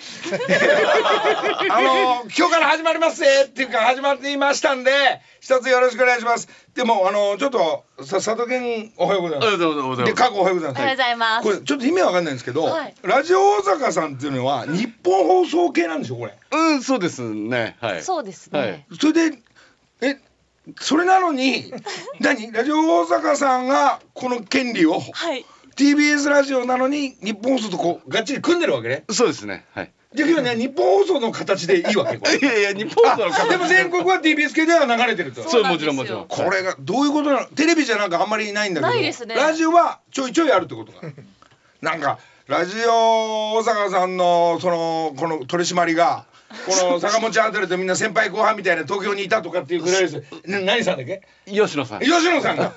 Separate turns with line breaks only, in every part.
あの今日から始まりますぜっていうか始まっていましたんで、一つよろしくお願いします。でもあのちょっとさ佐渡県おはようござい
ありが
ま
とうご
す。
ざい
で
ます。
過去おはようございます。
おはようございます
これちょっと意味わかんないんですけど、
はい
ラジオ大阪さんっていうのは日本放送系なんでしょこれ
うん、そうですね。はい。
そうですね。
はい
それでえそれなのに 何ラジオ大阪さんがこの権利を、
はい。
TBS ラジオなのに日本放送とこうがっちり組んでるわけね
そうですね。はい。
で今ね日本放送の形でいいわけこ れ
いやいや、日本放送の
あ
方
でも全国は TBS 系では流れてると
そう
そうなん
も
で
ち
すよ
ろんもちろん。
これがどういうことなのテレビじゃなんかあんまりないんだけど
ないですね
ラジオはちょいちょいあるってことかなんかラジオ大阪さんのそのこの取り締まりがこ の坂本あたりとみんな先輩後輩みたいな東京にいたとかっていうぐらいですな何さんだっけ
吉野さん。
吉野さん が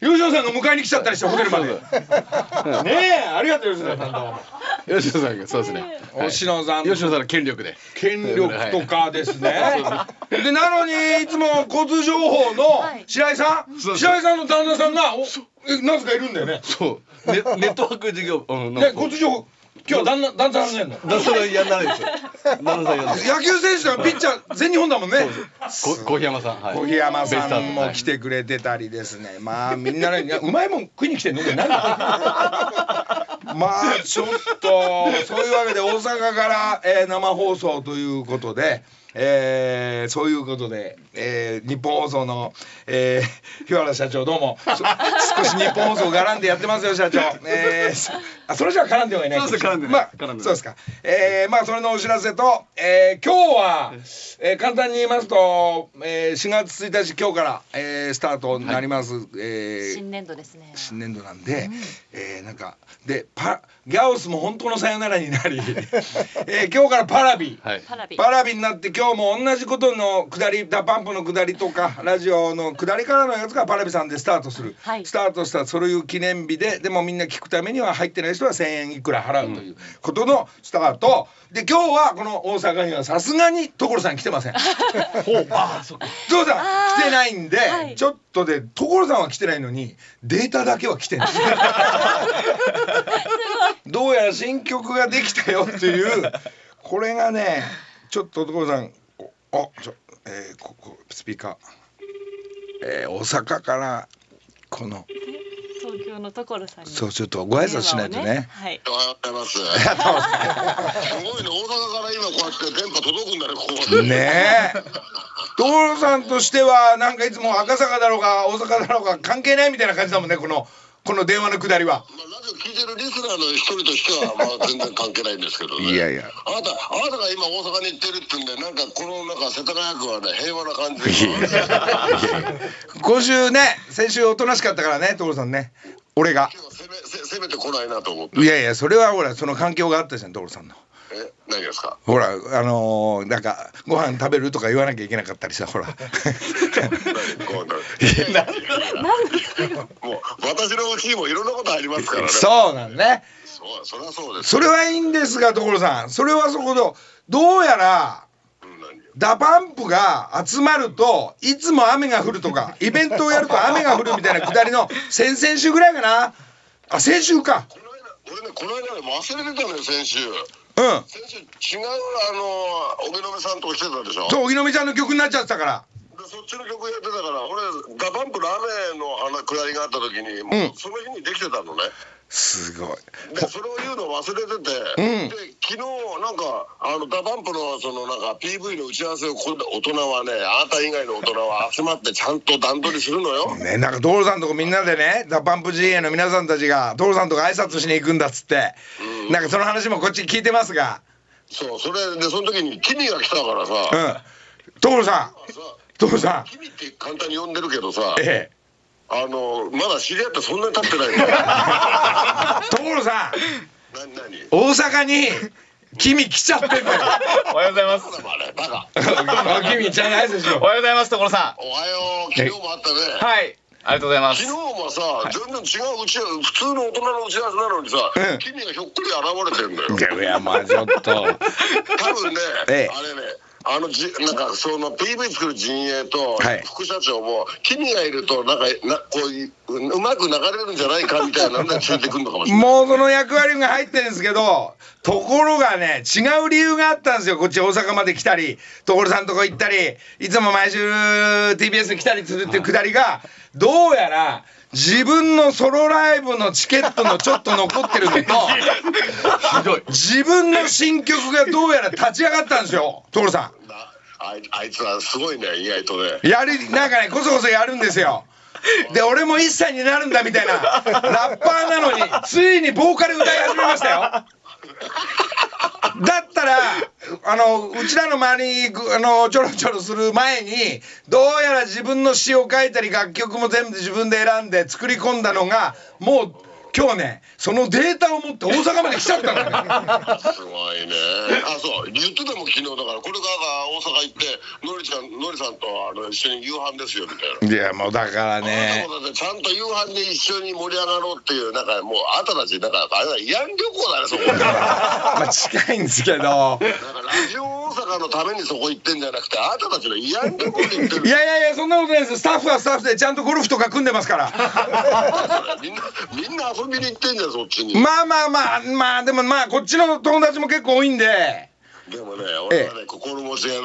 吉野さんが迎えに来ちゃったりしてホテルまでねえありがとう吉野さんと
吉野さんが、そうですね。はい
吉野さん
吉野さんの権力で。
権力とかですね。でなのにいつも交通情報の
はい
白井さん、
そうそう
白井さんの旦那さんがおえなぜかいるんだよね。
そう。ネネットワーク事業、うん、
で交通情報今日は旦那旦那さんじゃないの。
だそれやんないです よ。旦那さんやんない。
野球選手とかピッチャー全日本だもんね。
こ小檜山さん。はい。
小檜山
ベスタ
さ
ーズ
んも来。てくれてたりですね。まあみんなねいやうまいもん食いに来て んのこれ何まあちょっとそういうわけで大阪から、えー生放送ということで、えーそういうことで、えー日本放送の、えー日原社長どうもそ少し日本放送絡んでやってますよ社長、えーそあそれじゃ絡んではいない
そうです絡んでない
まあ
絡んでない
そうですか、えーまあそれのお知らせと、えー今日は、えー簡単に言いますと、えー4月1日今日から、えースタートになります、えー
新年度ですね。
新年度なんで、えーなんかでパギャオスも本当のさよならにな り、えー今日からパラビ、
はい。
パラビ。
パラビになって今日も同じことの下りダパンプの下りとかラジオの下りからのやつがパラビさんでスタートする、
はい
スタートしたそういう記念日ででもみんな聞くためには入ってない人は1,000円いくら払うということのスタート、で今日はこの大阪にはさすがに所さん来てません。
ほう、ああ、そっか。
所さん来てないんで、
はい
ちょっとで所さんは来てないのにデータだけは来てるん ですどうやら新曲ができたよっていうこれがねちょっと所さんこあちょ、えーここスピーカー、えー大阪からこの
東京の所さんに。
そうちょっとご挨拶しないと
電話を
ね。
はい。
おはようございます。すごいね、大阪から今こうやって電波届くんだね、ここまで。
ねえ所さんとしてはなんかいつも赤坂だろうが大阪だろうが関係ないみたいな感じだもんねこのこの電話のくだりは。
まあ、ラジオ聞いてるリスナーの一人としては、まあ、全然関係ないんですけどね。
いやいや
あなた、あなたが今大阪に行ってるってんで、なんかこの、なんか世田谷区はね、平和な感じが。
今週ね先週おとなしかったからね所さんね俺が
攻め、せ攻めてこないなと思って。
いやいやそれはほらその環境があったじゃん所さんの
え、何ですか。
ほらあのーなんかご飯食べるとか言わなきゃいけなかったりさほら
何ごめんなさいもう、私のうちにもいろんなことありますからね。
そうなんね
そう、そりゃそうです。
それはいいんですが所さんそれはそこどどうやら
うん何
ダパンプが集まるといつも雨が降るとかイベントをやると雨が降るみたいなくだりの先々週ぐらいかなあ先週か
この間、俺ね、この間ね、忘れてたのよ、先週。
うん
先週違うあの荻野目さんと来てたでしょ
そう荻野目ちゃんの曲になっちゃってたから
でそっちの曲やってたから俺ダバンプの雨のなくだりがあった時にもうその日にできてたのね、
すごい。
でそれを言うの忘れてて、
うん
で昨日なんかあのダバンプのそのなんか PV の打ち合わせをここで大人はねあなた以外の大人は集まってちゃんと段取りするのよ、
ね、なんかドールさんとこみんなでね、ダパンプ GA の皆さんたちが、ドールさんとか挨拶しに行くんだっつって、なんかその話もこっち聞いてますが、
そうそれでその時にキミが来たからさ、
うん。ドールさん、
さ
ドールさ
キミって簡単に呼んでるけどさ
ん、ええ。
あのまだ知り合ってそんなに経ってな いんだよ
ドールさん、
何何
大阪に、君来ちゃってんだよ。
おはようございます。
あれバカ
あ君、ちゃんと挨拶し
お
よ
はようございます、所さ
おはよう昨日もあったね、
ん。はい、ありがとうございま
昨
す
日。もさ、全然違う打ち合わせ普通の大人の打ち合わせなのにさ、
うん
君がひょっこり現れてるんだよ
う。いや、まあちょっと。
多分ね、
ええ
あれねあのじなんかその PV 作る陣営と
はい
副社長も、君がいるとなんかなこういううまく流れるんじゃないかみたいなのがついてくるのかもしれない
もうその役割が入ってるんですけど、ところがね、違う理由があったんですよ。こっち大阪まで来たり、所さんとこ行ったり、いつも毎週 TBS に来たりするっていうくだりが、どうやら、自分のソロライブのチケットのちょっと残ってるのと、
ひどい。
自分の新曲がどうやら立ち上がったんですよ、所さ
なあいあいつはすごいね意外とね
ん。やり、なんかね、こそこそやるんですよ。で、俺も1歳になるんだみたいな、ラッパーなのに、ついにボーカル歌い始めましたよ。だったら、あの、うちらの周りにぐ、あの、ちょろちょろする前に、どうやら自分の詩を書いたり、楽曲も全部自分で選んで作り込んだのが、もう、今日ね、そのデータを持って大阪まで来ちゃったのよ。
すごいねあそう言ってたもん昨日だからこれから大阪行ってのりちゃんのりさんとあの一緒に夕飯ですよみたいな。
いや、もうだから
あなたもだってちゃんと夕飯で一緒に盛り上がろうっていうなんかもうあなたたちなんかあれだ慰安旅行だねそこだか
まあ近いんですけど。
らラジオ大阪のためにそこ行ってんじゃなくてあなたたちの慰安旅行に行ってる
いやいやいや、そんなことないです。スタッフはスタッフでちゃんとゴルフとか組んでますから。
みんなみんな遊びに行ってんじゃんそっちに、
まあまあまあ、まあでもまあ、こっちの友達も結構多いんで。
でもね俺はね心持ちがね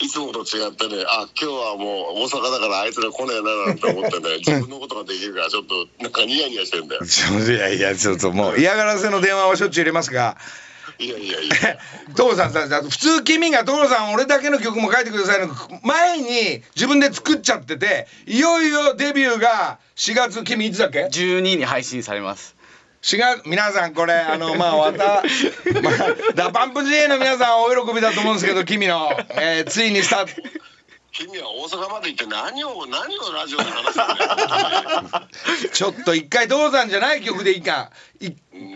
いつもと違ってねあ今日はもう大阪だからあいつら来ねえななんて思ってね自分のことができるからちょっとなんかニヤニヤしてん だよ
いやいや、ちょっともう嫌がらせの電話はしょっちゅう入れますが、
いやいやいや
所さんさ、普通君が所さん俺だけの曲も書いてくださいの前に自分で作っちゃってて、いよいよデビューが4月、君いつだっけ
12に配信されます。
違う皆さんこれあのまあわた、 まあ、ダパンプ GA の皆さんお喜びだと思うんですけど君の、えーついにスタート
君は大阪まで行って何を何をラジオで話してるんだよ
ちょっと一回銅山じゃない曲でいいかい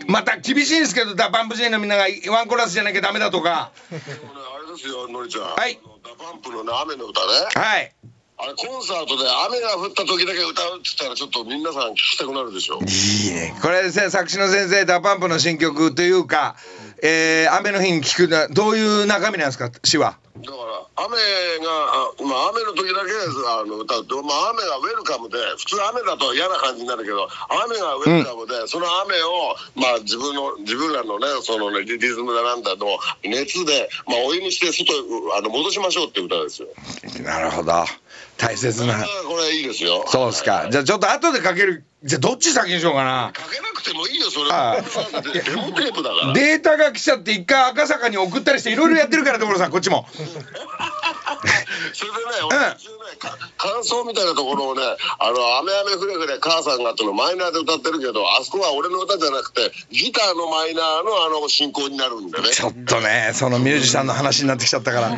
また厳しいんですけどダパンプ GA のみんながワンコーラスじゃなきゃダメだとか
でもねあれですよのりちゃん、
はい
あのダパンプの、ね、雨の歌ね
はい
あれコンサートで雨が降った時だけ歌うっつったらちょっと皆さん聞きたくなるでしょ
いいねこれせ作詞の先生ダパンプの新曲というか、えー雨の日に聴くなどういう中身なんですか詞は
だから雨が、あまあ、雨の時だけあの歌うと、まあ、雨がウェルカムで普通雨だと嫌な感じになるけど雨がウェルカムで、その雨を、まあ、自分の自分らのねそのねリリズムだなんだの熱で、まあ、お湯にして外へあの戻しましょうって歌ですよ。
なるほど大切
あ
な
ーこれいいですよ。
そうっすか
はい
じゃあちょっと後でかけるじゃあどっち先にしようかな
かけなくてもいいよそれ。
あ
デモテープだから。
データが来ちゃって一回赤坂に送ったりしていろいろやってるから所さんこっちも
それでね、俺途中ね、か感想みたいなところをね、あの、雨雨ふれふれ母さんがってのマイナーで歌ってるけど、あそこは俺の歌じゃなくて、ギターのマイナーのあの進行になるんでね。
ちょっとね、そのミュージシャンの話になってきちゃったから。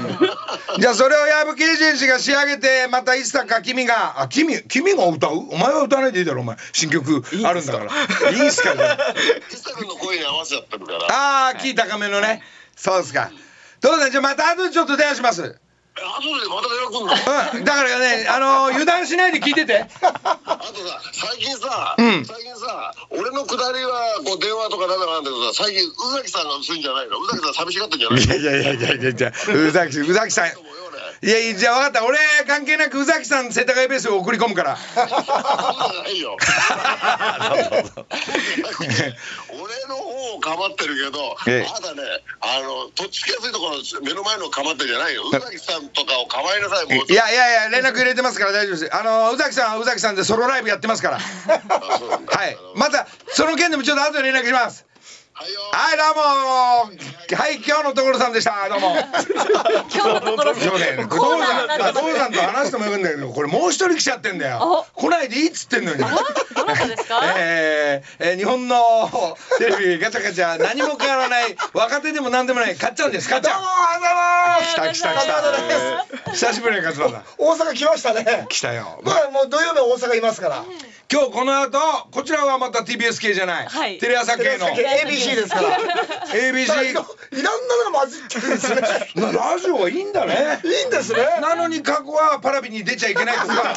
じゃあそれを矢部圭人氏が仕上げて、またいつだか君が、あ、君、君が歌うお前は歌わないでいいだろ、お前。新曲あるんだから。いいんすかね。
キスタ君の声に合わせちゃってるから。あ
あー、キー高めのね。そうですか。どうだ、じゃあまた後でちょっと電話します。うん。
とでまた電話来んの
だからね、あのー油断しないで聞いてて。
あとさ、最近さ、
ん
最近さ、俺のくだりはこう電話とかなんだかなんだけどさ、最近宇崎さんが薄いんじゃないの宇崎さん寂しがってんじゃないの
いやいやいやいやいやいや、宇崎、宇崎さん。
と思うよ俺
いやいやじゃあ分かった俺関係なく宇崎さん世田谷ベースを送り込むから
そうじゃないよ。俺の方をかまってるけど、
ええ
まだね、あの、とっつきやすいところ、目の前のをかまってるじゃないよ。宇崎さんとかをかまいなさい、もう
い
ちょっ
やいやいや連絡入れてますから大丈夫ですあの宇崎さんは宇崎さんでソロライブやってますからは
と。あそうなんだ
いまたその件でもちょっと後で連絡します
はいよ。
はいどうもはい今日の所さんでしたどうも
今日のところ
そうだよね
コー
所
ナー
さん
になる
所さんと話してもよくんだけどこれもう一人来ちゃってんだよ来ないでいいっつってんのに
どなたですか？
えーえー日本のテレビガチャガチャ何も変わらない若手でも何でもないかっちゃんですかっちゃん来た来た来
どうも
た久しぶりに勝間さん
大阪来ましたね。
来たよ
僕はもう土曜日は大阪いますから。
今日この後こちらはまた TBS 系じゃない、
はい
テレ朝系の
テレ朝系 ABC で すから。い
ABC
ろんなのが混じってるんですね。
な ラジオはいいんだね
いいんですね。
なのに過去はパラビに出ちゃいけないとか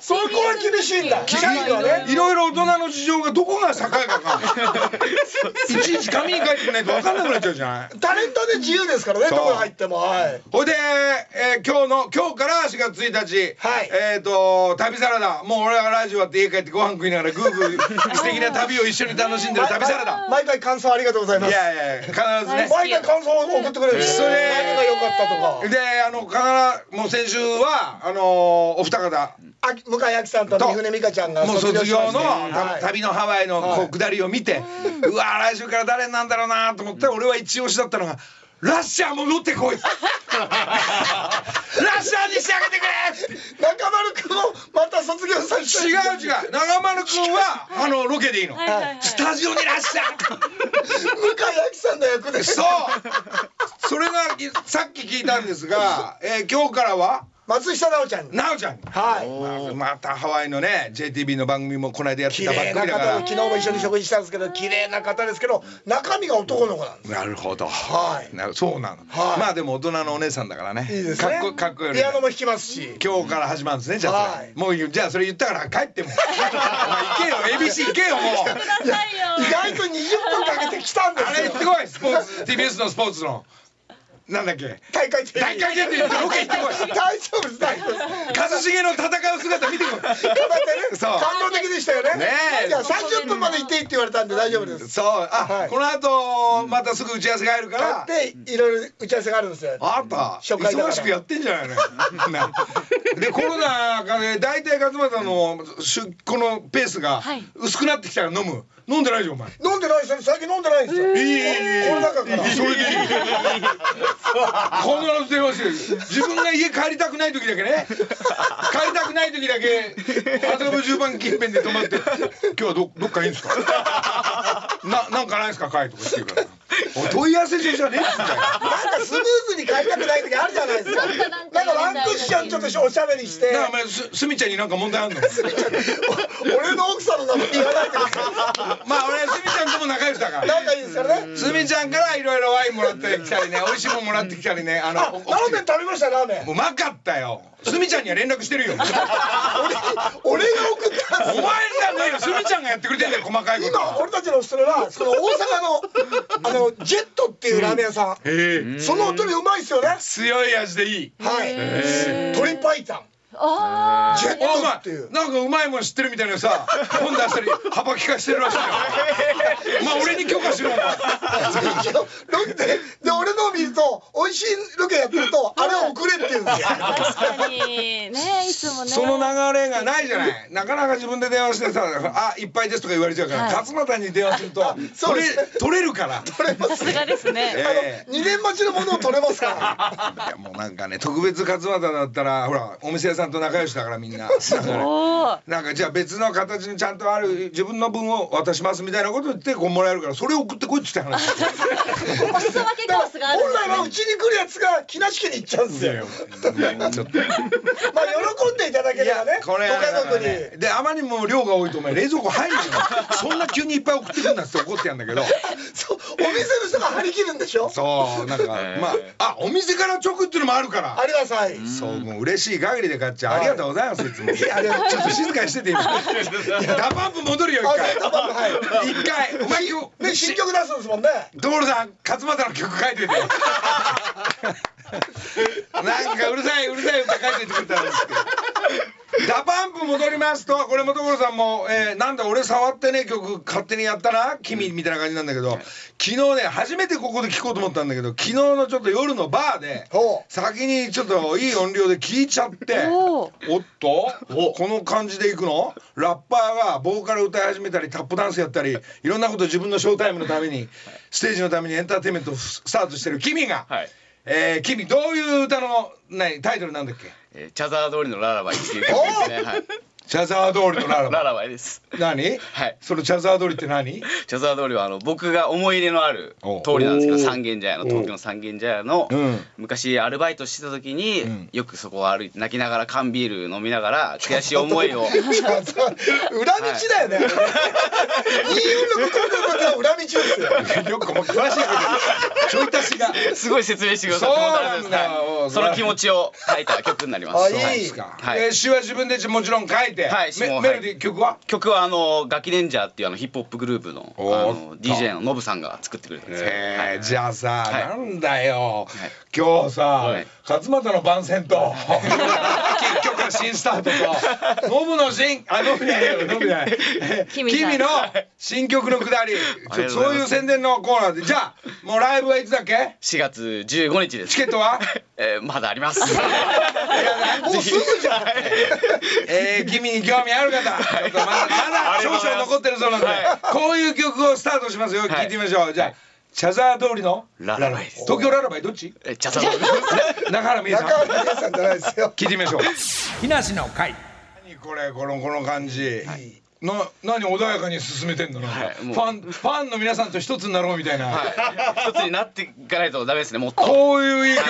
そこは厳しいんだ。
厳し
社員はね。
いいろいろ大人の事情がどこが境か分かん ないいちいち紙に書いてくれないと分かんなくなっちゃうじ ゃない
タレントで自由ですからね。
そ
ど
う
こ入っても。はい。
ほいで、えー今日の今日から4月1日、
はい
えっ、と旅サラダもう俺はラジオあって家帰ってご飯食いながらグーグー素敵な旅を一緒に楽しんでる旅サラ ダ
毎回感想ありがとうございま
い
す。
やいや必ずね
毎回感想を送ってくれる。
それ
何が良かったとか。
であの必ずもう先週はあのーお二方
あ向井亜紀さんと三船美佳ちゃんが
もう卒業の
しまして
た
はい
旅のハワイのこう下りを見て、うわー来週から誰になんだろうなと思ったら俺は一押しだったのが「ラッシャー戻ってこい」「ラッシャーにしてあげてくれ」
中丸君もまた卒業させて
違う違う長丸くんはあのロケでいいの、
はいはいはい。
スタジオにいらっしゃ
向井亜紀さんの役で
いそうそれがいさっき聞いたんですが、えー今日からは
松下奈緒ちゃんに
なおちゃんに
はい
まあまたハワイのね JTB の番組もこの間やって
綺
たばっ
麗
か
な
りだか
方
ら
で昨日も一緒に食事したんですけど綺麗な方ですけど中身が男の子なんです
なるほど、
はい
なそうなの、
はい
まあでも大人のお姉さんだからね
いいです
かっ
ね
こかっこより
ピアノも弾きますし
今日から始まるんですねじゃあそれ、
はい
もうじゃあそれ言ったから帰っても お前行けよ ABC 行けよもう
くださいよ。
意外と20分かけて来たんで
あ
す
れ行
よ
ってこいスポーツ TBS のスポーツのなんだっけ
大会
大会限定でロケ行ってこい
大丈夫です大丈夫です
一茂の戦う姿見てこ
頑張
い
ってね
そう
感動的でしたよね
ねえ
いや30分まで行っていいって言われたんで大丈夫です
そうあ、
はい
この後またすぐ打ち合わせが入るから
でいろいろ打ち合わせがあるんですよ
あなた
初回だか
忙
ら
しくやってんじゃないのよ なでコロナがね大体勝俣の出このペースが
はい
薄くなってきたから飲む飲んでないじゃんお前
飲んでないですよね最近飲んでないんですよ
いいいいいい
コロナ禍から
それでいい必ず電話してる自分が家帰りたくない時だけ ね帰りたくない時だけ麻布十番近辺で泊まって「今日はどどっかいいんですか?」 な「なんかないですか会」とか言って言うから「おい問い合わせ中じゃねえ」みたいな。
なんかスムーズに変えたくない時あるじゃないですか。なんかワンクッションちょっとおしゃべりして、
なあお前すすみちゃんになんか問題あんの
俺の奥さんの名前言わないで くださ
まあ俺すみちゃんとも仲良しだか
い。な
ら
んかいいですよね。
すみちゃんからいろいろワインもらってきたりね美味しいもんもらってきたりねあの
あ、ラーメン食べましたラーメン。
うまかったよすみちゃんには連絡してるよお前じ
俺が送ったんですよ。
ゃないよすみちゃんがやってくれてんだよ細かいこと
今
は
俺たちのおすすめはその大阪のあのジェットっていうラーメン屋さん。
ええ
その本当にうまいですよね。
強い味でいい
はい。
へ
鶏白湯。
あ
ジェッ
お
トっていう
前。なんかうまいもん知ってるみたいなさ本出したり幅利かしてるらしい よまあ俺に許可しろお前
ロケでで俺のを見ると美味しいロケやってるとあれを送れって言うんですよ。
あ、確かにねいつもね。
その流れがないじゃない。なかなか自分で電話してさ、 あ、いっぱいですとか言われちゃうから、
はい
勝俣に電話すると、
そう
取
で
れ
すね、
取れるから。
取れま
さ
す
すがですね。
ええ
2年待ちのものを取れますから。
いやもうなんかね特別勝俣だったらほらお店屋さんと仲良しだからみんなだから
おお。
なんかじゃあ別の形にちゃんとある自分の分を渡しますみたいなこと言ってこうもらえるからそれを送ってこいっつって話
お裾分けコースがあるんです
本来はうちに来るやつが木梨家に行っちゃうんです
ち
よ。
ょっと
まあ喜んでいただけ
い
れば
や
ね、ご
これは
家族に。
ねであまりにも量が多いとお前冷蔵庫入るのよそんな急にいっぱい送ってくんなって怒ってやんだけど
そうお店の人が張り切るんでしょ。
そうなんか
えー
まああお店から直っていうのもあるから
ありがたい。
そうもう嬉しい限りで買っちゃうありがとうございますいつもちょ
ありがとう
っと静かにしてて 今ダパンプ戻るよ一
あ
回
そうかはい
一回お前今日
ね新曲出すんですもんね。
所さん勝俣の曲書いててなんかうるさいうるさい歌書いてくれたんですけど。ダパンプ戻りますとこれも所さんも、えーなんだ俺触ってねえ曲勝手にやったな君みたいな感じなんだけど昨日ね初めてここで聴こうと思ったんだけど昨日のちょっと夜のバーで
ほう
先にちょっといい音量で聴いちゃって
おう
おっとこの感じでいくのラッパーがボーカル歌い始めたりタップダンスやったりいろんなこと自分のショータイムのためにステージのためにエンターテインメントをスタートしてる君が。
はい。
えー、君どういう歌の何タイトルなんだっけ
えーチャザー通りのララバイっていう曲ですね。はい。
チャザー通りのララ
ラ
バ
ラバイです。
イ何、
はい
そのチャザー通りって 何
チャザー通りはあの僕が思い入れのある通りなんですけど、三軒茶屋の東京の三軒茶屋の
うん
昔アルバイトしてた時に、
ん
よくそこを歩いて泣きながら缶ビール飲みながら悔しい思 いを。
いやそう裏道 だよね。いい音楽取ることは裏道ですよ。
よくもう詳しいことちょい足しが
すごい説明してくださって
そう
本当あ
な
り
ん
がとうご
だおう
ざいますはいその気持ちを書いた曲になりま
あ
す。
いい
はい
ですか、
はい
えー詩は自分でもちろん書いて、
はい詩
メ
も
メ
はい
ロディー曲は
曲はあのガキレンジャーっていうあのヒップホップグループのあ
おー
の DJ のノブさんが作ってくれたんですよ。
え
はい
ー、じゃあさ、
はい
なんだよ、
い
今日さ、
い
勝俣の番宣と結局は新スタート とノブの新あノブじゃないよノブじゃない
君さん
君の新曲のくだり
あ
ち
り
ょ
がとうございます
そういう宣伝のコーナーでじゃあもうライブはいつだっけ
4月15日です。
チケットは
えーまだあり ます。
もうすぐじゃん。
えー、君に興味ある方ちょっとまだまだ
あり
少
がと
々
うございます
残ってるそうなんで、
はい
こういう曲をスタートしますよ、
い
聞いてみましょうじゃあ、チャザー通りの
ララバイです
東京ララバイどっち
えーチャ ザー通りです。
中原美恵さん
中原圭さんじゃないですよ。
聞いてみましょう日梨の会何これこのこの感じ、な何穏やかに進めてんのなんか、
はい
フ
もう
ァンファンの皆さんと一つになろうみたいな、
一つになっていかないとダメですね。もっと。
こういういい曲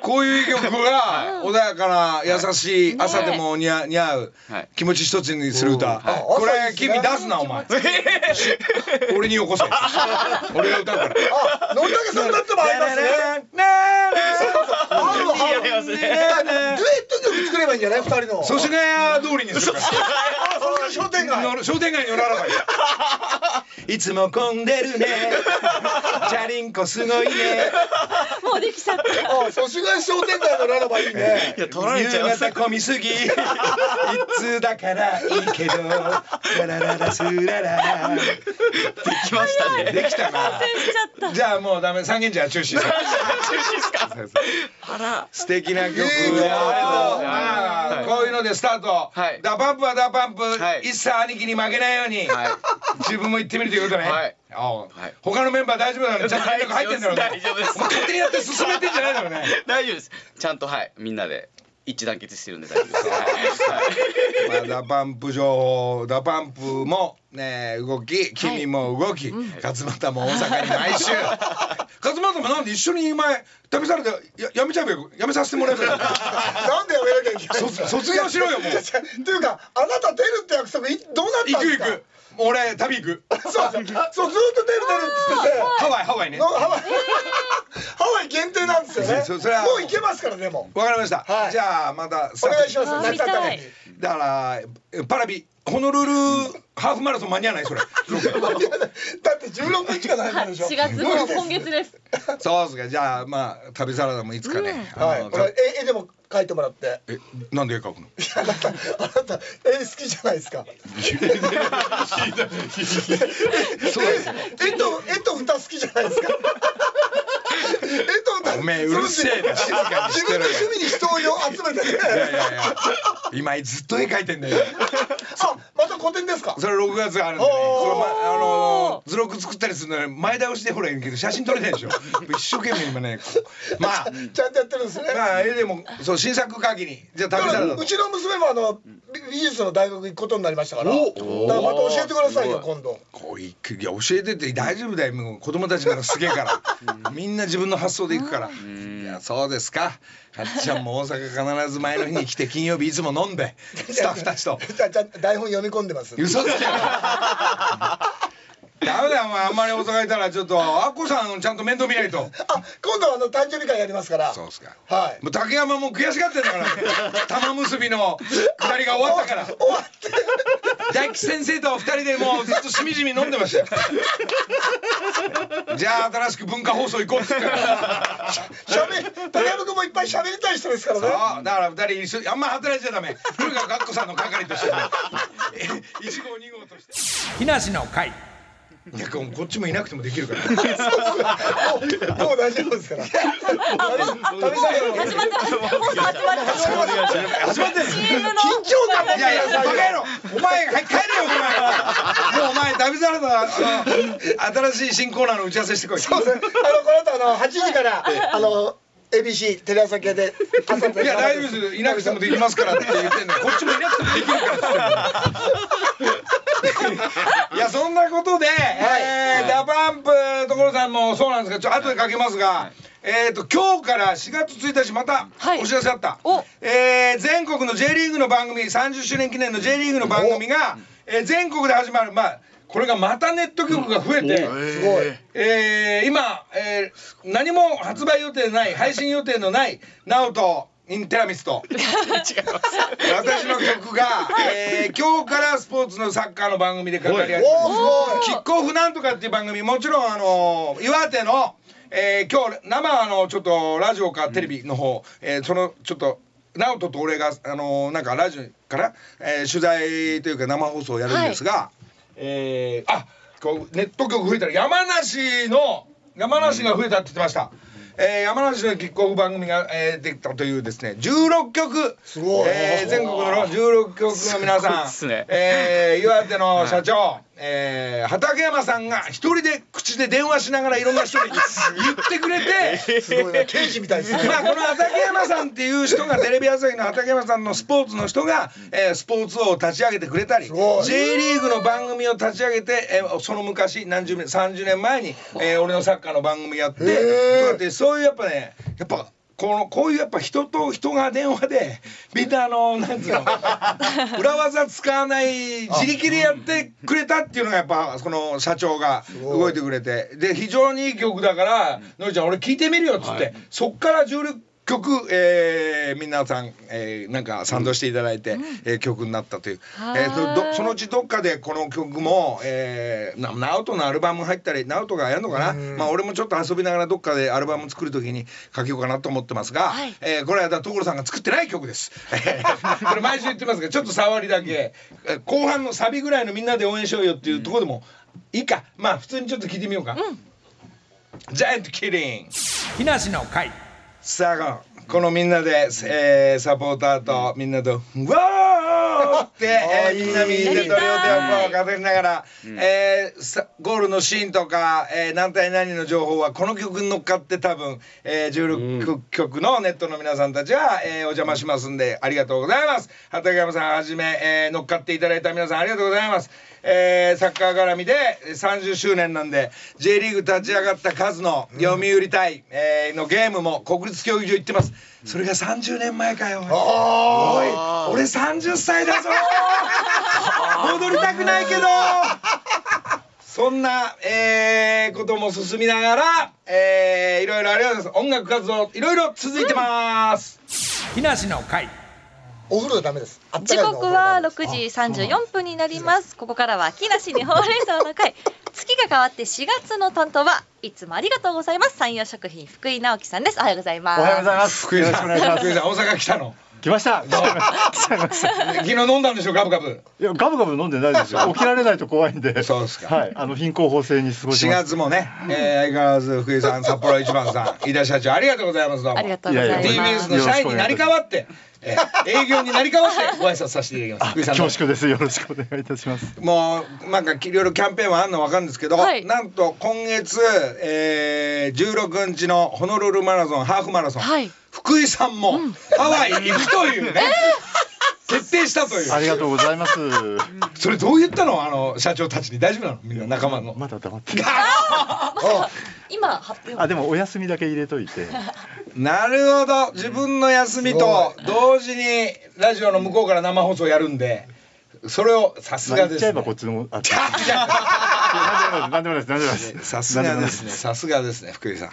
こういういい曲が穏やかな優しい朝でも似合う似合う
はい
気持ち一つにする歌こ
朝
れ
にする
君出すなお前俺に起こせ俺が歌うから
あ、野中さんだってもありますね。合う合う。デュエッ ト曲作ればいいんじゃない？二人の。
粗品屋通りにするから
あ、それが商店街。
の商店街に寄らなかいいつも混んでるねチャリンコすごいね
もうできちゃった。
あ、粗品商店街のララバいいね。
いや取られちゃいます。
夕方混みすぎいつだからいいけどララララスララ
できましたね。
できたな
忘れちゃった。
じゃあもうダメ三軒茶屋中止中止ですか素敵な曲だ
いいね
ああこういうのでスタート
はい
ダパンプはダパンプ
はい
一切兄貴に負けないように
はい。
自分も行ってみるということね
はい
ああ
はい
他のメンバー大丈夫なのちゃんと連絡入ってんだろうね
大丈夫です
お前勝手にやって進めてんじゃないのよね
大丈夫です。ちゃんとはいみんなで一致団結してるんで大丈夫です。はい
まあ、ダパンプ情報ダパンプも、ね、動き君も動き、勝俣も大阪に毎 週勝俣もなんで一緒に前旅されてややめちゃえばよやめさせてもらえばよ
なんでやめなきゃいけないんです
卒
か。
卒業しろよ もう
というか、あなた出るって約束いどうなっ
行
たん
く
です
行
か。
くもう俺旅行く
そうそう。そうずっと出る出るって言ってて。
ハワイハワイね
のハワイハワイ限定なんですよ ね
そそれは
もう行けますからでも
わかりました、
はい
じゃあまた
お願いしますす
あー
夏頭
見たい
に
だからパラビホノルルハーフマラソン間に合わないそれ
だって16日がないんでしょ
4月
無
号
理です
今月です。
そうっすかじゃあまあ旅サラダもいつかね、あ
はい
の
これ絵絵でも描いてもらって
えなんで絵描くの
あなたあなた絵好きじゃないで すか
そうです
絵と絵と歌好きじゃないですか絵と歌
おめえうるせえな静かにし
自
て
分
ろ
の
よ
趣味に人を集めてね
いやいやいや今ずっと絵描いてんだよ
あまた個展ですか
それ6月あるんでね
おー
それ、ま、あのー図録作ったりするのに前倒しでほらいいけど写真撮れないでしょ一生懸命今ねこうまあ
ちゃんとやってるんですね
まあ絵でもそう新作書きにじゃあ
だ
旅
か
サ
ら
ラダと
うちの娘もあの美美術の大学行くことになりましたからだからまた教えてくださいよ今度
こういくいや教えてって大丈夫だよもう子供たちからすげえからみんな自分の発想でいくからいやそうですかかっちゃんも大阪必ず前の日に来て金曜日いつも飲んでスタッフたちと
じゃあじゃあ台本読み込んでます
嘘だよダメだよお前あんまり大阪いたらちょっとアッコさんちゃんと面倒見ないと
あ今度はあの誕生日会やりますから
そうっすか
はい
もう竹山も悔しがってんだから玉結びの下りが終わったから
終わって
大吉先生と二人でもうずっとしみじみ飲んでま したよ。じゃあ新しく文化放送行こうっつってから。
しゃべ高山君もいっぱい喋りたい人ですからね
そうだから二人一緒にあんま働いちゃダメ。古川学子さんの係としてね。 え一号二号として。
木梨の会
いやこうこっちもいなくてもできるから。
もうもう大丈夫ですから
もう始まってます。もう始まってます。
始まってんの
CM の
緊張感も
いやいや、バカ野郎、お前、はい、帰れよ、お前。もうお前、旅サラダ、あの、新しい新コーナーの打ち合わせしてこい。
そうですねあのこの後あの8時からあの ABC テレ朝系で朝
いや、大丈夫です、いなくてもできますからって言ってん の、こっちもいなくてもできるからって言ってんの。いや、そんなことで、えー、ダパンプ所さんもそうなんですけど、ちょっと後でかけますが。えー、と今日から4月1日また
はい
お知らせあった、
お
えー全国の J リーグの番組30周年記念の J リーグの番組が、えー全国で始まる、まあ、これがまたネット局が増えて、
すごい
えー今、えー何も発売予定のない配信予定のないナオとインテラミスと私の曲が、えー今日からスポーツのサッカーの番組で語り合い
おお
キックオフなんとかっていう番組もちろんあの岩手の、えー今日生あのちょっとラジオかテレビの方、えーそのちょっと直人と俺があのなんかラジオから、えー取材というか生放送をやるんですが、えーあこうネット局増えたら山梨の山梨が増えたって言ってました。えー山梨のキックオフ番組が、えーできたというですね16局
ごい
えー全国の16局の皆さん、
すごいっすね
えー岩手の社長、えー畠山さんが一人で口で電話しながらいろんな人に言ってくれ て。
すごいな天使みたいですね
まあこの畠山さんっていう人がテレビ朝日の畠山さんのスポーツの人が、えースポーツ王を立ち上げてくれたり
ごい
J リーグの番組を立ち上げて、えーその昔何十年30年前に、えー俺のサッカーの番組やってとかってそういうやっぱねやっぱこのこういうやっぱ人と人が電話でみんなあのなんつ うの裏技使わない自力でやってくれたっていうのがやっぱこの社長が動いてくれてで非常にいい曲だから「のりちゃん俺聞いてみるよ」っつって、そっから16曲、えー、皆さん、えーなんか賛同していただいて、えー曲になったという、えーどどそのうちどっかでこの曲も、えー、な直人のアルバム入ったり直人がやるのかな、まあ、俺もちょっと遊びながらどっかでアルバム作る時に書けようかなと思ってますが、
はい
えーこれはだ所さんが作ってない曲です。 これ毎週言ってますがちょっと触りだけえー後半のサビぐらいのみんなで応援しようよっていうところでも、いいかまあ普通にちょっと聞いてみようか。ジャイアントキリン
木梨の会
さあこのみんなで、えーサポーターとみんなと「うわー!」って、 えーみんな右手と両手をこう語りながら、えーさゴールのシーンとか、えー何対何の情報はこの曲に乗っかって多分、えー16曲のネットの皆さんたちは、えーお邪魔しますんでありがとうございます畠山さんはじめ、えー乗っかっていただいた皆さんありがとうございます、えーサッカー絡みでえー30周年なんで J リーグ立ち上がった数の読売対、えーのゲームも国立競技場行ってますそれが30年前かよおい俺30歳だぞ戻りたくないけどそんな、えーことも進みながら、えーいろいろありがとうございます音楽活動いろいろ続いてます、
木梨の会
お風呂はダメですあった
時
かいのお
刻
風呂は
は
ダメです
6時34分になります。ここからは木梨にほうれん草の会。月が変わって4月の担当はいつもありがとうございます。山陽食品福井直樹さんです。おはようございます。
おはようございます。福井です。お願い しま
福井さん大阪来たの
す。来ま した。
昨日飲んだんでしょガブガブ
いや、ガブガブ飲んでないですよ。 起きられないと怖いんで。
そうですか
はい、あの貧困法制に過ごし
4
ます。
月もね、えー相変わらず福井さん札幌一番さん飯田社長ありがとうございますどうも
ありがとうございます。
いやいや
TBS の社員になり変わって、えー営業になり変わってご挨拶させていただきます福井さんの
恐縮です。よろしくお願いいたし ます。
もうなんかいろいろキャンペーンはあんのわかるんですけど、
はい
なんと今月、えー、16日のホノルルマラソンハーフマラソン、
はい
福井さんもハワイ行くというね、決定したという
ありがとうございます。
それどう言ったのあの社長たちに大丈夫なのみんな仲間の、
まだ黙って。
今発表。
あ、でもお休みだけ入れと いて。
なるほど自分の休みと同時にラジオの向こうから生放送やるんでそれをさす
まあ
が
言
で
っちゃ
す
えばこっ
ね
ちのも。 あなんでもないです。なんでもないです。なんでもないで
さすがです
す。
ねさすがですね福井さん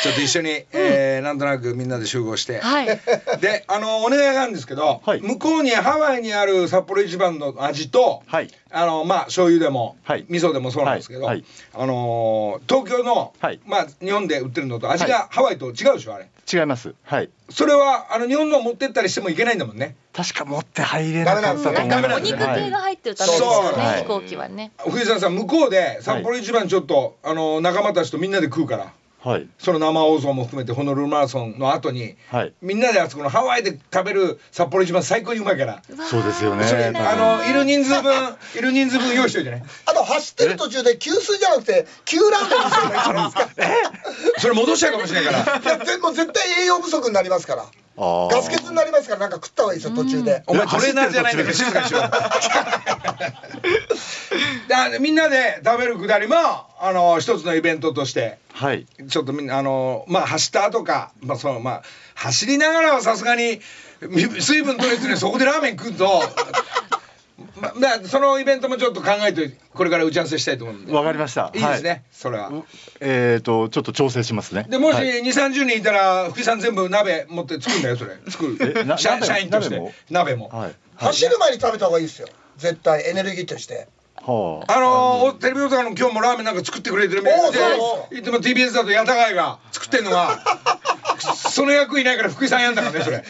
ちょっと一 緒に、えーなんとなくみんなで集合して、
はい
であのお願いがあるんですけど、向こうにハワイにある札幌一番の味と、あのまあ醤油でも、味噌でもそうなんですけど、あのー東京の、まあ日本で売ってるのと味がハワイと違うでしょあれ。
違います。はい。
それはあの日本の持ってったりしてもいけないんだもんね。
確か持って入れなかったと思います。
お肉系が入ってるためです
そう
よ
は
ね、
い
飛行機はね。
藤沢さん向こうで札幌一番ちょっと、あの仲間たちとみんなで食うから
はい。
その生放送も含めてホノルルマラソンの後に
はい。
みんなであそこのハワイで食べる札幌一番最高にうまいから、
そうですよね。
それあのいる人数分いる人数分用意しといてね
あと走ってる途中で急須じゃなくて急ラーメンにすればいいじゃない ですか
それ戻しちゃうかもしれないから
いやでもう絶対栄養不足になりますから
あ
ガス欠になりますからなんか食った方がいいですよ途中で、
お前トレーナーじゃないんだから静かに しろ だみんなで食べるくだりもあの一つのイベントとして
はい。
ちょっとみんなあのまあ走った後かまあそのまあ走りながらはさすがにみ水分取れずにそこでラーメン食うと。まあ、だそのイベントもちょっと考えてこれから打ち合わせしたいと思うんで
わかりました。
いいですね、
はい
それは
えっとちょっと調整しますね。
でもし
はい
2三3 0人いたら福井さん全部鍋持って作るんだよそれ作
えな
る社
鍋
社員として
鍋
鍋も
もはい。
走る前に食べた方がいいですよ絶対エネルギーとして
はあ。
あのーおテレビ大阪の今日もラーメンなんか作ってくれてるみたい
おー
で
そ
いつも TBS だと矢田貝が作ってんのがその役いないから福井さんやんだからねそれ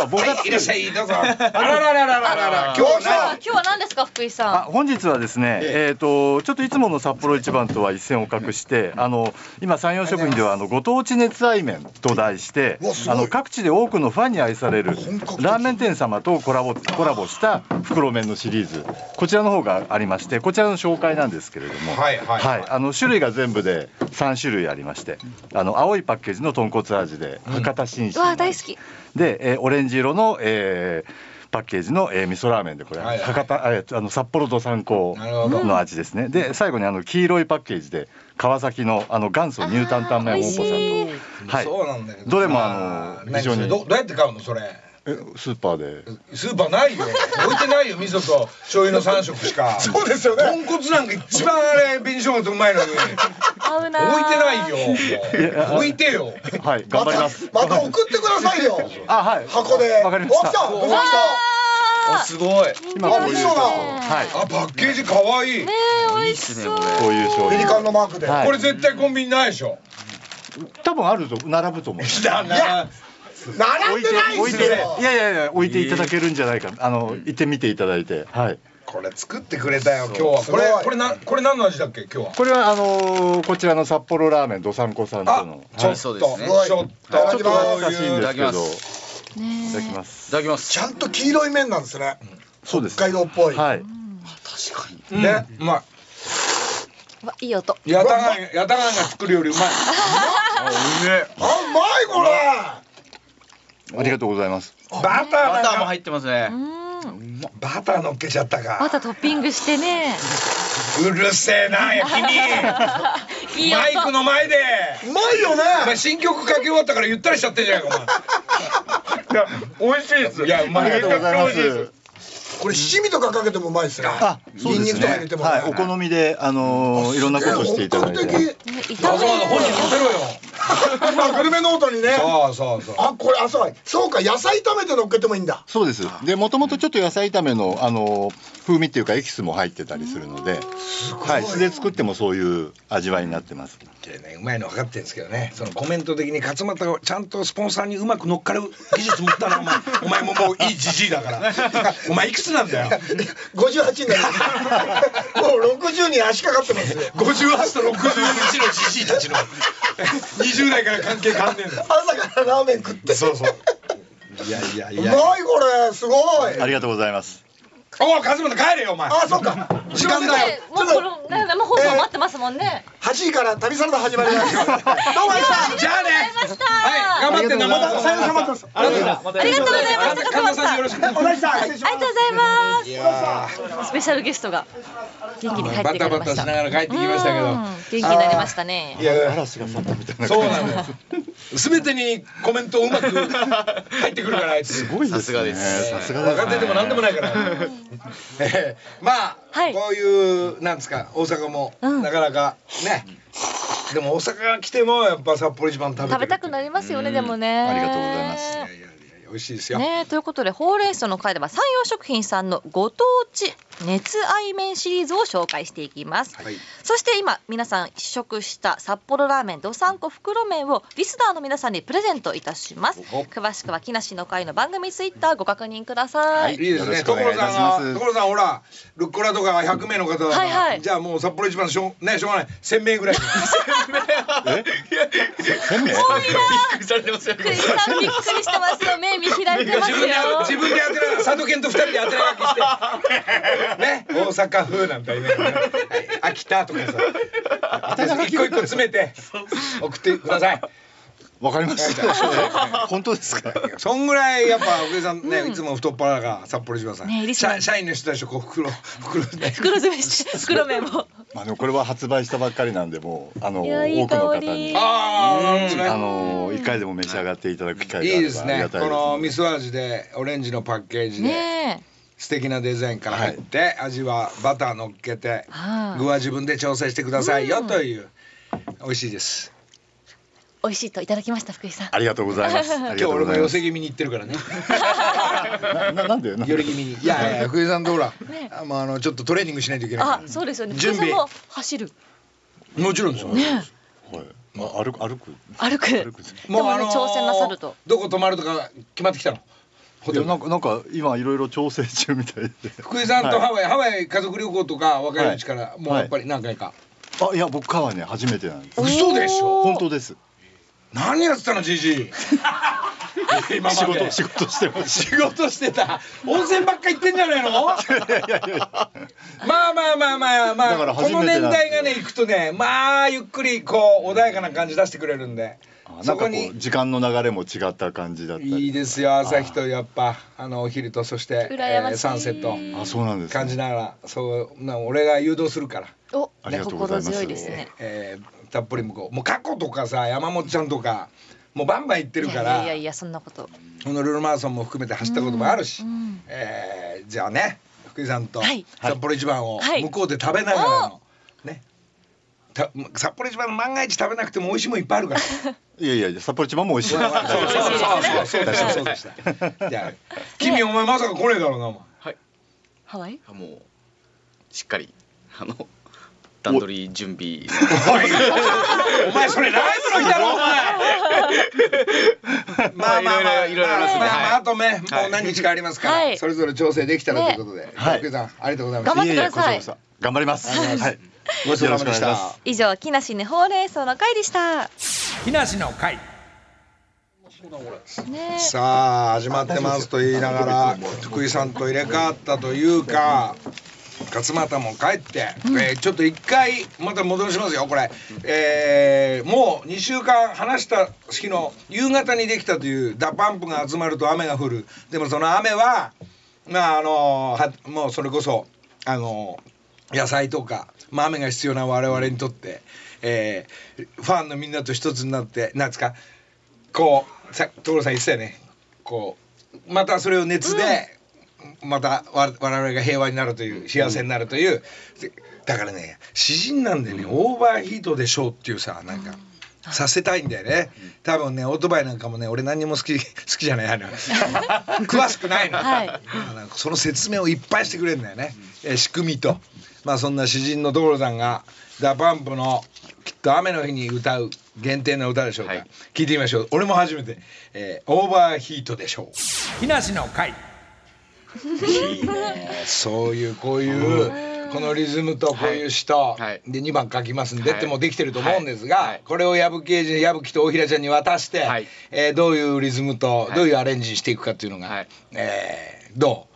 あ僕が
いらっしゃいどうぞあららららららら今日
今日は
は
今日は何ですか、福井
あ
さん。
本日はですね、えっ、とちょっといつもの札幌一番とは一線を画して、あの今山陽食品ではあのご当地熱愛麺と題して
うわす、ごい
あの各地で多くのファンに愛される
本格的
ラーメン店様とコラボコラボした袋麺のシリーズ、こちらの方がありまして、こちらの紹介なんですけれども、
はいはいはい
あの種類が全部で3種類ありまして、あの青いパッケージの豚骨味で博多新
う
州、
わ大好き。
で、えーオレンジ色の、えーパッケージの、えー味噌ラーメンでこれ、
はいはい
博多えーあの札幌と参考
なるほど
の味ですねで最後にあの黄色いパッケージで川崎のあの元祖ニュータンタンメン
あ
本
ー
舗さ
美
んと、はい、
そうなんだけど
どれも
ま
あの非常
何
に
それどどうやって買うのそれ
えスーパーで
スーパーないよ置いてないよ味噌と醤油の3色しか
そうですよね
豚骨なんか一番あれ紅生姜とうまいのに置いて
合うなー。
ないよ置いてよ
はい頑張ります
また送ってくださいよ
あはい
箱で
わかりまし
お来た
た
どうしました
あ
すごい
今こういう商品
あ
はい
あパッケージかわいい
ー。
い
美
いっ
味し
すね
そう。
こ
こういう商
ペリ
品
カンのマークで、
はい
これ絶対コンビニないでしょ
多分あるぞ並ぶと思う
だな
並んでない
置
で
い
す
て
よ
いやいやいや置いていただけるんじゃないかあの行ってみていただいてはい
これ作ってくれたよ今日は
す
こ
ごい
れこれなこれ何の味だっけ今日は
これはあのーこちらの札幌ラーメンどさんこさんとの
ちょ
は
っと
い
そ
ちょっ
うで
と
すね
はい
ちょっと
こう
難しいん
い
ですけど
ただきま
いただきます
いただきます
ちゃんと黄色い麺なんですね
そうです
北海道っぽい、
はい
確かに
いうねうま
うわいい音。
いヤタガンヤタガンが作るよりうまい
あうまいこれ
ありがとうございます
バターな
バ
ん
ターも
か
入ってますね
バター乗っけちゃった
ま
か
たトッピングしてね。
うるせえな君
いい 音。
マイクの前で
うまいよね
お前新曲かけ終わったからゆったりしちゃってんじゃないかお前 いや美味しいですいやうま
あ
い
りがとうございます
これ七味とかかけてもうまいですね
あそう
ニ
で
ンニ
す
クとか入
ね
れてもね
はいお好みであのーいろんなことしていただい
本格
て
的
ね
わ
炒
ざわざ本人乗せろよ
今グルメノートにね
そうそうそう
あこれあそうかそうか野菜炒めて乗っけてもいいんだ
そうですでもともとちょっと野菜炒めのあのー風味っていうかエキスも入ってたりするのではい素で作ってもそういう味わいになってます
ってねうまいの分かってるんですけどねそのコメント的に勝俣がちゃんとスポンサーにうまく乗っかる技術持ったなお前お前ももういいじじいだから お前いくつなんだよ
五十八にな りますもう六十に足かかってますよ
58と61のじじいたちの20代から関係変わんねえんだ
朝からラーメン食って
そうそういやいやいうや
まいこれすごい
ありがとうございます
おい勝俣帰れよお前
あそうか
時間だよ
めて。もうこのね生放送待ってますもんね。
8位から旅サラダ始まりましたどうもありがとうございました
じゃあね
ありがとうございました。
はい頑張ってんだまたさよならまたありがとうございます
ありがとうございま
神田
した
さんによろしくお願いします
ありがとうございま
いや
す。スペシャルゲストが元気に帰っ
ーバ
て
タ
く
バ
れま
タ
し。
したながら帰ってきましたけど
うん元気になりましたね
い。や
嵐が去ったみたいな
そうなのよ。すべてにコメントうまく入ってくるからあいつ。
すごいですね
さすがです
さすがですね
若手でも何でもないから。ええまあ、
はい
こういうなんですか大阪も
うん
なかなかね、でも大阪来てもやっぱ札幌一番食べてる
食べたくなりますよね、でもね。
ありがとうございます美味しいですよ、
ねえということでほうれん草の回では山陽食品さんのご当地熱愛麺シリーズを紹介していきます、そして今皆さん試食した札幌ラーメンどさんこ袋麺をリスナーの皆さんにプレゼントいたします詳しくは木梨の会の番組ツイッターご確認くださ
い
い、
いですね。所さんが、所さんほら、ルッコラとか100名の方だから、
はいはい
じゃあもう札幌一番しょう、ね、しょうがない、1000名ぐらい。
くり
1000名
されてますよ。
クリスさんびっくりしてますよ目見開いてます
自
よ
分で自分で当てながら佐渡県と二人で当てながらし てね大阪風なんて言いながらねはい秋田とかさ一個一個詰めて送ってください
わかりました。本当ですか。
そんぐらいやっぱ奥江さんね、いつも太っ腹が札幌島さん、
ねえリスナー
社社員の人たちとこう袋袋ね
袋詰めして袋麺を
まあでもこれは発売したばっかりなんで、もうあの
いやいい
多くの
香
方に
り
ああ、うん、
あの一回でも召し上がっていただく機会があれば
いいです
あり
ね
がたい
この
で
味噌味でオレンジのパッケージで、
ねえ
素敵なデザインから入って、味はバター乗っけて
はい
具は自分で調整してくださいよという、美味しいです
美味しいといただきました福井さん
ありがとうございます。あ
今
り
日
がとう
俺も
ございま
寄
す
せ。気味に行ってるからね
なななんでなんで
寄り気味にいやいや福井さんとほら、
ね
あもうあのちょっとトレーニングしないといけない
あ
か
そうですよね福
準
井さん
備
も走る
らもちろんですよ、
ね
はい。まあ歩く歩く。
歩く
歩く。い
でもね挑戦なさると
どこ泊まるとか決まってきたのホテ
や
ル
なんかなんか今いろいろ調整中みたいで。
福井さんとハワイ、ハワイ家族旅行とか若いうちから、
はい
もうやっぱり何回か、
あいや僕はね初めてなんです。
嘘でしょ
本当です。
何やってたのじじ い今
仕
ま
事
で
仕事してます。
仕事してた温泉ばっか行ってんじゃない のまあまあまあまあまあ
だから
こ
初
の
めて
年
なんですよ
代がね行くとねまあゆっくりこう穏やかな感じ出してくれるんで
あな
そ
んか
こ
こ
に
う時間の流れも違った感じだったり。
いいですよ朝日とやっぱあのお昼とそして、え
羨ましい
ーサンセット
あそうなんですね、
感じながらそうな俺が誘導するから、
お
ありがとうございます
心強いですね
えーたっぷり向こうもう過去とかさ山本ちゃんとかもうバンバン行ってるか
いや
ら
いやいやそんなこと
ホノルルマラソンも含めて走ったこともあるし、
ん
えーじゃあね福井さんと
はい
札幌一番を
はい
向こうで食べながらの、ねた札幌一番万が一食べなくても美味しいもんいっぱいある から
いやいや札幌一番も美味しいです。
そうそうそうそうそう そうそうでしたじゃあ君お前まさか来ねえだろうなお前
ハワイ
もうしっかりあの段取り準備の
お前それライブの日だろお前まあまあまあ
いろいろいろいろあります
ま
ね
あま
は
あ
い
あとねもう何日かありますから、
はい
それぞれ調整できたらということで、
はい
福井さんありがとうございま
頑
す
張ってください
ええこちらこそ頑張ります。はい。
ごちそうさまでし
よろしくお願い
た
します
以上木梨ねほうれん草の会でした
木梨の会
ね
さあ始まってますと言いながら福井さんと入れ替わったというか勝俣も帰って、えーちょっと一回また戻しますよこれ、えーもう2週間話した日の夕方にできたというダパンプが集まると雨が降るでもその雨はまああのはもうそれこそあの野菜とか、まあ、雨が必要な我々にとって、えーファンのみんなと一つになってなんですかこうさ所さん言ってたよねこうまたそれを熱で、またわ我々が平和になるという幸せになるという、でだからね詩人なんでね、オーバーヒートでしょうっていうさなんか。させたいんだよね多分ねオートバイなんかもね俺何にも好き 好きじゃないあの詳しくないの、
はい
だからその説明をいっぱいしてくれるんだよね、えー仕組みとまあそんな詩人の所さんがダパンプのきっと雨の日に歌う限定の歌でしょうか、
はい
聞いてみましょう俺も初めて、えーオーバーヒートでしょう
木梨の会
そういうこういうこのリズムとこういう詩と、
はい
で2番書きますんで
はい
ってもうできてると思うんですが、
はいはい
これを矢吹刑事に矢吹と大平ちゃんに渡して、
はい
えーどういうリズムと
い
どういうアレンジしていくかっていうのが、
はい
えーどう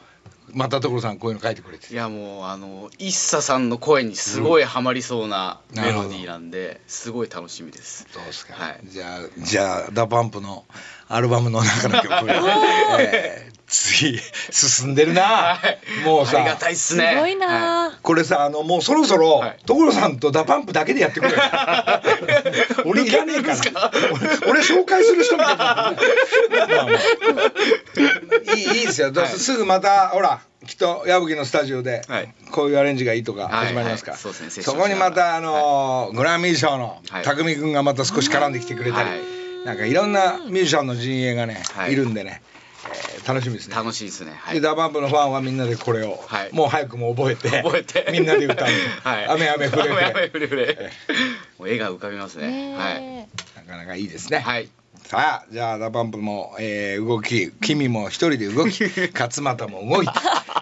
また所さんこういうの書いてくれて
いやもうあの一茶さんの声にすごいハマりそうなメロディーなんで、すごい楽しみです。
どうですか、
はい。
じゃあじゃあダパンプのアルバムの中の 曲、えー次進んでるな、もう
あ
さ
りがたいっす
す
ね。
ごい
は
なあ
これさあのもうそろそろ、
はい
所さんとダパンプだけでやって くれ俺いらねえから俺俺紹介する人みたいになってるまあまあいいいいですよ、だすぐまたほらきっと矢吹のスタジオでこういうアレンジがいいとか始まりますか、
はいはいそうですねセッショ
そ
ン
こにまたあのーグラミー賞の
はい
匠君がまた少し絡んできてくれたり、
はい
なんかいろんなミュージシャンの陣営がね、、
はいい
るんでね、えー楽しみですね。
楽しいですね。は
で
い。
ダバンプのファンはみんなでこれを、
はい
もう早くも覚えて
覚えて。
みんなで歌う
はい。
雨雨降れ降れ
雨雨降れ降れ。もう絵が浮かびますね。はい。
ね
なかなかいいですね、
はい。
さあじゃあダバンプも、えー動き君も一人で動 き勝俣も動いて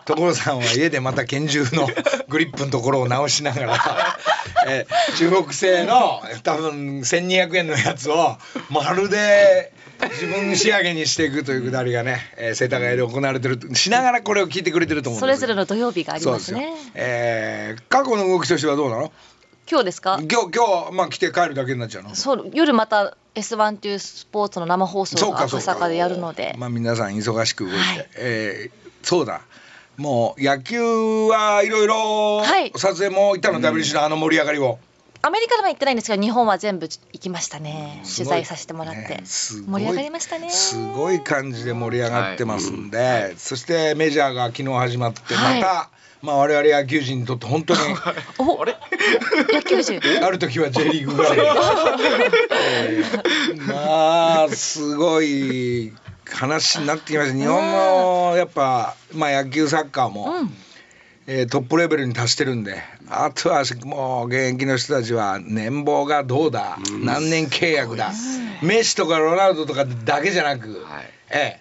所さんは家でまた拳銃 のグリップのところを直しながら、えー中国製の多分1200円のやつをまるで自分仕上げにしていくというくだりがね、えー世田谷で行われてるとしながらこれを聞いてくれてると
え
思うん
そ
で
れ
す
ぞ
けど
れの土曜日があり
そう
ま
ですすよ
ね。
えー過去の動きとしてはどうなの
今日ですか
今日今日、まあ、来て帰るだけになっちゃうの
そう夜また S1 というスポーツの生放送が赤坂でやるので
まあ、皆さん忙しく動いて、
はい
えーそうだもう野球はいろいろ
はい
撮影も行ったの、WC のあの盛り上がりを
アメリカでは行ってないんですけど日本は全部行きましたね取材させてもらって、
ねすごい
盛り上がりましたね
すごい感じで盛り上がってますんで、そしてメジャーが昨日始まってまた、
はい
まあ、我々野球人にとって本当に
おあれ野球人
ある時は J リーグが、えーまあすごい話になってきました日本のやっぱ、まあ、野球サッカーも、
うん
えートップレベルに達してるんであとはもう現役の人たちは年俸がどうだ、何年契約だ、メッシとかロナウドとかだけじゃなく、
はい
ええ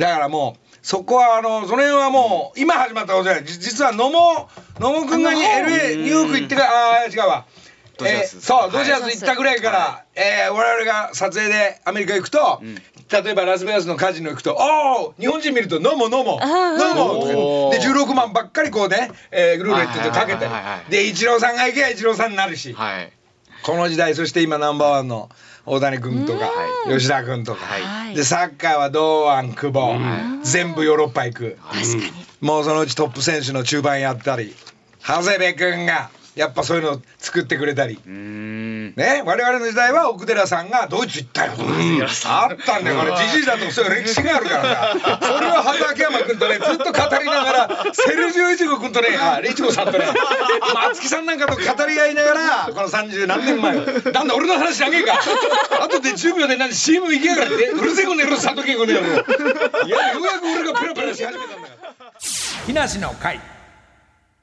だからもうそこはあのその辺はもう今始まったことじゃないじ実は野茂野茂君がに LA ニューヨーク行ってからああー違うわ。
ドジャース
えーそう
はい
ドジャース行ったぐらいから、えー我々が撮影でアメリカ行くと、例えばラスベガスのカジノ行くと「おお日本人見ると飲む飲む飲
お
む」
ー
で16万ばっかりこうね、えールーレットでかけたり
はいはいはいはい
でイチローさんが行けばイチローさんになるし、
はい。
この時代そして今ナンバーワンの大谷君とか吉田君とか、
はい
でサッカーは堂安久保、全部ヨーロッパ行くもうそのうちトップ選手の中盤やったり長谷部君がやっぱそういうの作ってくれたり。
うーん。
ね、我々の時代は奥寺さんがドイツ行ったよ、あったんだよこれじじいだとそういう歴史があるからさそれを畠山君とねずっと語りながらセルジオイチゴ君とねあレイチゴさんとね松木さんなんかと語り合いながらこの30何年前なんだ俺の話長えかあとで10秒で何 CM 行きやがってうるせえこの野郎佐藤健吾の野郎いやようやく俺がペラペラし始めたんだから。
木梨の会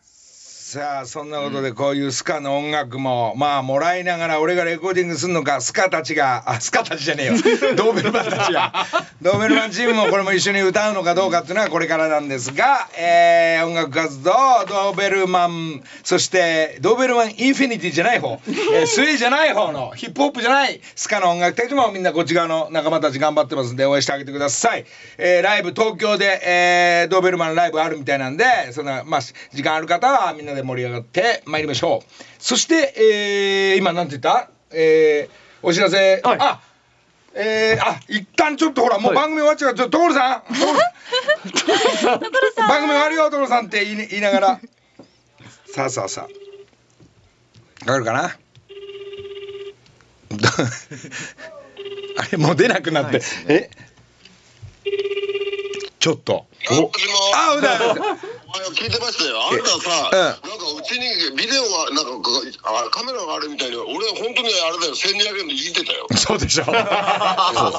さあそんなことでこういうスカの音楽も、まあもらいながら俺がレコーディングするのかスカたちがあスカたちじゃねえよドーベルマンたちがドーベルマンチームもこれも一緒に歌うのかどうかっていうのはこれからなんですが、えー音楽活動ドーベルマンそしてドーベルマンインフィニティじゃない方、えースウェイじゃない方のヒップホップじゃないスカの音楽隊もみんなこっち側の仲間たち頑張ってますんで応援してあげてください、えーライブ東京で、えードーベルマンライブあるみたいなんでそんな、まあ、し時間ある方はみんなで盛り上がってまいりましょうそして、えー今なんて言った、えーお知らせ、あえー、あ一旦ちょっとほらもう番組終わっちゃうからちょ所さん番組終わるよ所さんって言い,、言いながらさあさあさあわかるかな あれもう出なくなって、えちょっと
もしも
あうだうだ
あの聞いてましたよ。あんたさ、なんかうちにビデオはなんかこうあカメラがあるみたいに、俺本当にあれだよ、千二百円でいじってたよ。
そうでしょそう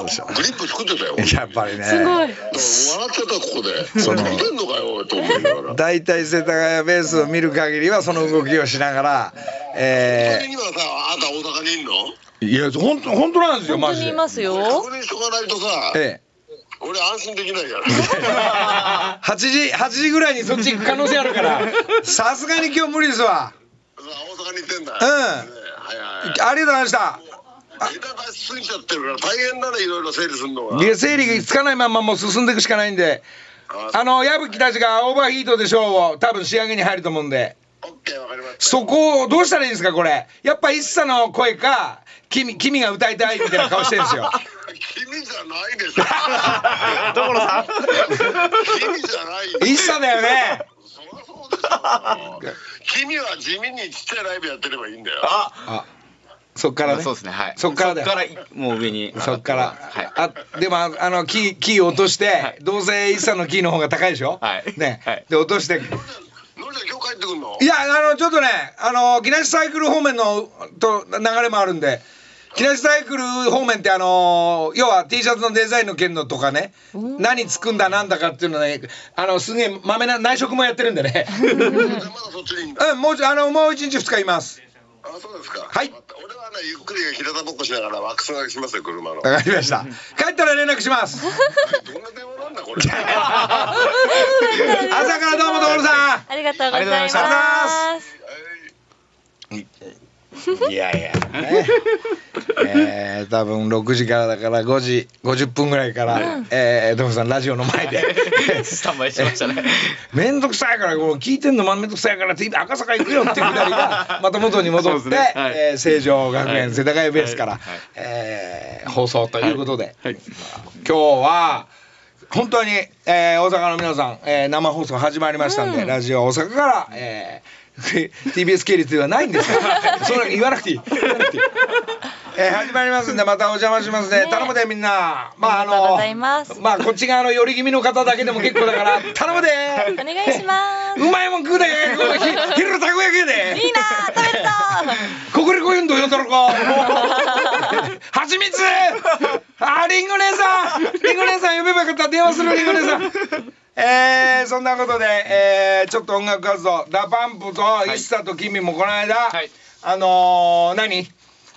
でしょ
グリップ作ってたよ。だから
やっぱりね
笑ってたここで。
その
見てんのかよと思いながら。
大体世田谷ベースを見る限りはその動きをしながら
それ
え
にはさ、あんた大阪にいんの？
ー、いや本当本当なんですよ
本
マ
当
ジ
にい
で。
ますよ
確認しとかないとさ、
ええ
俺安心できないから。
8時8時ぐらいにそっち行く可能性ある からさすがに今日無理ですわ
大阪に行ってんだ。
うん
ねはいはい。
ありがとうございました
枝出しすぎちゃってるから大変だね、いろいろ整理するのが。
下整理つかないままもう進んでいくしかないんであの矢吹たちがオーバーヒートでしょうを多分仕上げに入ると思うんで
オッケーわかりました。
そこをどうしたらいいですかこれやっぱ一茶の声か君君が歌いたいみたいな顔してるんですよ
君じゃないでしょ。所さん。君じゃないよ。
一茶だよね
そりゃそうでしょ。君は地味にちっちゃいライブやってればいいんだよ。
あそっからね
そうですねはい
そっからだ
そっ
よ
からいもう上に上がって
そっから、
はい
あでもああのキーキー落として、
はい
どうせイッサのキーの方が高いでしょ、
はい
ね
はい
で落として
のりちゃん今日帰ってくんの
いやあのちょっとねあの木梨サイクル方面のと流れもあるんで木梨サイクル方面ってあの要は T シャツのデザインの件のとかね何つくんだなんだかっていうのねあのすげえまめな内職もやってるんでね、
まだそっちにいんだ
うん、もうちょあのもう1日2日います
あそうですか
はい
俺はねゆっくり平田ぼっこしながらワックス上げしますよ車のどん
わ
な
かりました帰ったら連絡します
電話なんだこれ
朝 からどうも所さん
ありがとうございます。
あいやいや、ね、えー、多分6時からだから5時50分ぐらいから、えー、トムさんラジオの前で
スタンバイしてましたね
めんどくさいからこう聞いてんのめんどくさいからって赤坂行くよっていうくだり がまた元に戻っ
そ
て、
うですねはい
えー成城学園、
はい
世田谷ベースから、
はいはい
えー放送ということで、
はいはい
今日は本当に、えー大阪の皆さん、えー生放送始まりましたんで、ラジオ大阪から、えー TBS 系列ではないんですからそれ言わなくていい言わなくていいえー始まりますんでまたお邪魔しますね
ね
頼むでみんなまああ
ありがとう
の
ございます
まあこっち側の寄り気味の方だけでも結構だ から頼むで
お願いします。
うまいもん 食うでこのひ昼のたこ焼きやで
いいなー食べた
ここでこういうんどよとろこ はちみつあリンゴ姉さんリンゴ姉さん呼べばよかった電話するリンゴ姉さんえー、そんなことで、えー、ちょっと音楽活動ダパンプとイッサとキミもこの間、
はい
あのー、何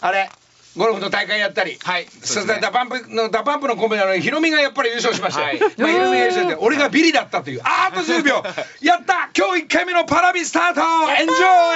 あれゴルフの大会やったり、
はい
そ
そう
したら
ですね
ダパンプのダパンプのコンビなのにヒロミがやっぱり優勝しましたよ。
はい
まあヒロミが優勝して、俺がビリだったという。あーあと10秒。やった。今日1回目のパラビスタート。エンジョイ。